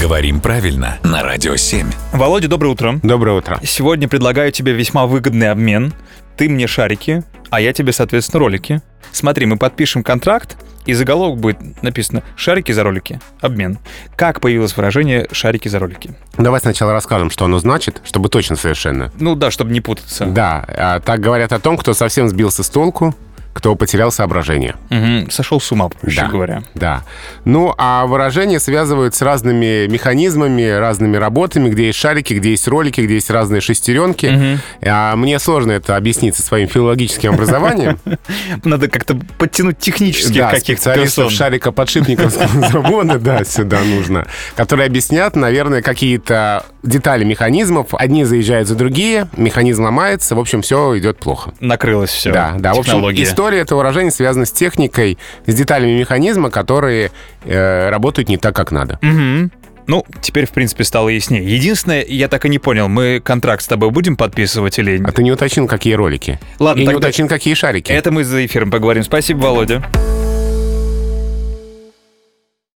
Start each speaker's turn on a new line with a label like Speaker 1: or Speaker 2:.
Speaker 1: Говорим правильно на Радио 7.
Speaker 2: Володя, доброе утро.
Speaker 3: Доброе утро.
Speaker 2: Сегодня предлагаю тебе весьма выгодный обмен. Ты мне шарики, а я тебе, соответственно, ролики. Смотри, мы подпишем контракт, и заголовок будет написано «Шарики за ролики. Обмен». Как появилось выражение «шарики за ролики»?
Speaker 3: Давай сначала расскажем, что оно значит, чтобы точно совершенно.
Speaker 2: Ну да, чтобы не путаться.
Speaker 3: Да, а, так говорят о том, кто совсем сбился с толку, кто потерял соображение.
Speaker 2: Мгм, сошел с ума, проще
Speaker 3: Да.
Speaker 2: говоря.
Speaker 3: Да. Ну, а выражения связывают с разными механизмами, разными работами, где есть шарики, где есть ролики, где есть разные шестеренки. А мне сложно это объяснить со своим филологическим образованием.
Speaker 2: Надо как-то подтянуть технических
Speaker 3: Да,
Speaker 2: каких-то
Speaker 3: специалистов
Speaker 2: персон.
Speaker 3: шарикоподшипников завода, да, сюда нужно. Которые объяснят, наверное, какие-то детали механизмов. Одни заезжают за другие, механизм ломается, в общем, все идет плохо.
Speaker 2: Накрылось все.
Speaker 3: Да, да. В общем,
Speaker 2: Технология.
Speaker 3: история этого выражения связана с техникой, с деталями механизма, которые э, работают не так, как надо.
Speaker 2: Мгм. Ну, теперь, в принципе, стало яснее. Единственное, я так и не понял, мы контракт с тобой будем подписывать или...
Speaker 3: А ты не А уточнил, какие ролики.
Speaker 2: Ладно,
Speaker 3: И не
Speaker 2: тогда-
Speaker 3: уточнил, какие шарики.
Speaker 2: Это мы за эфиром поговорим. Спасибо, Володя.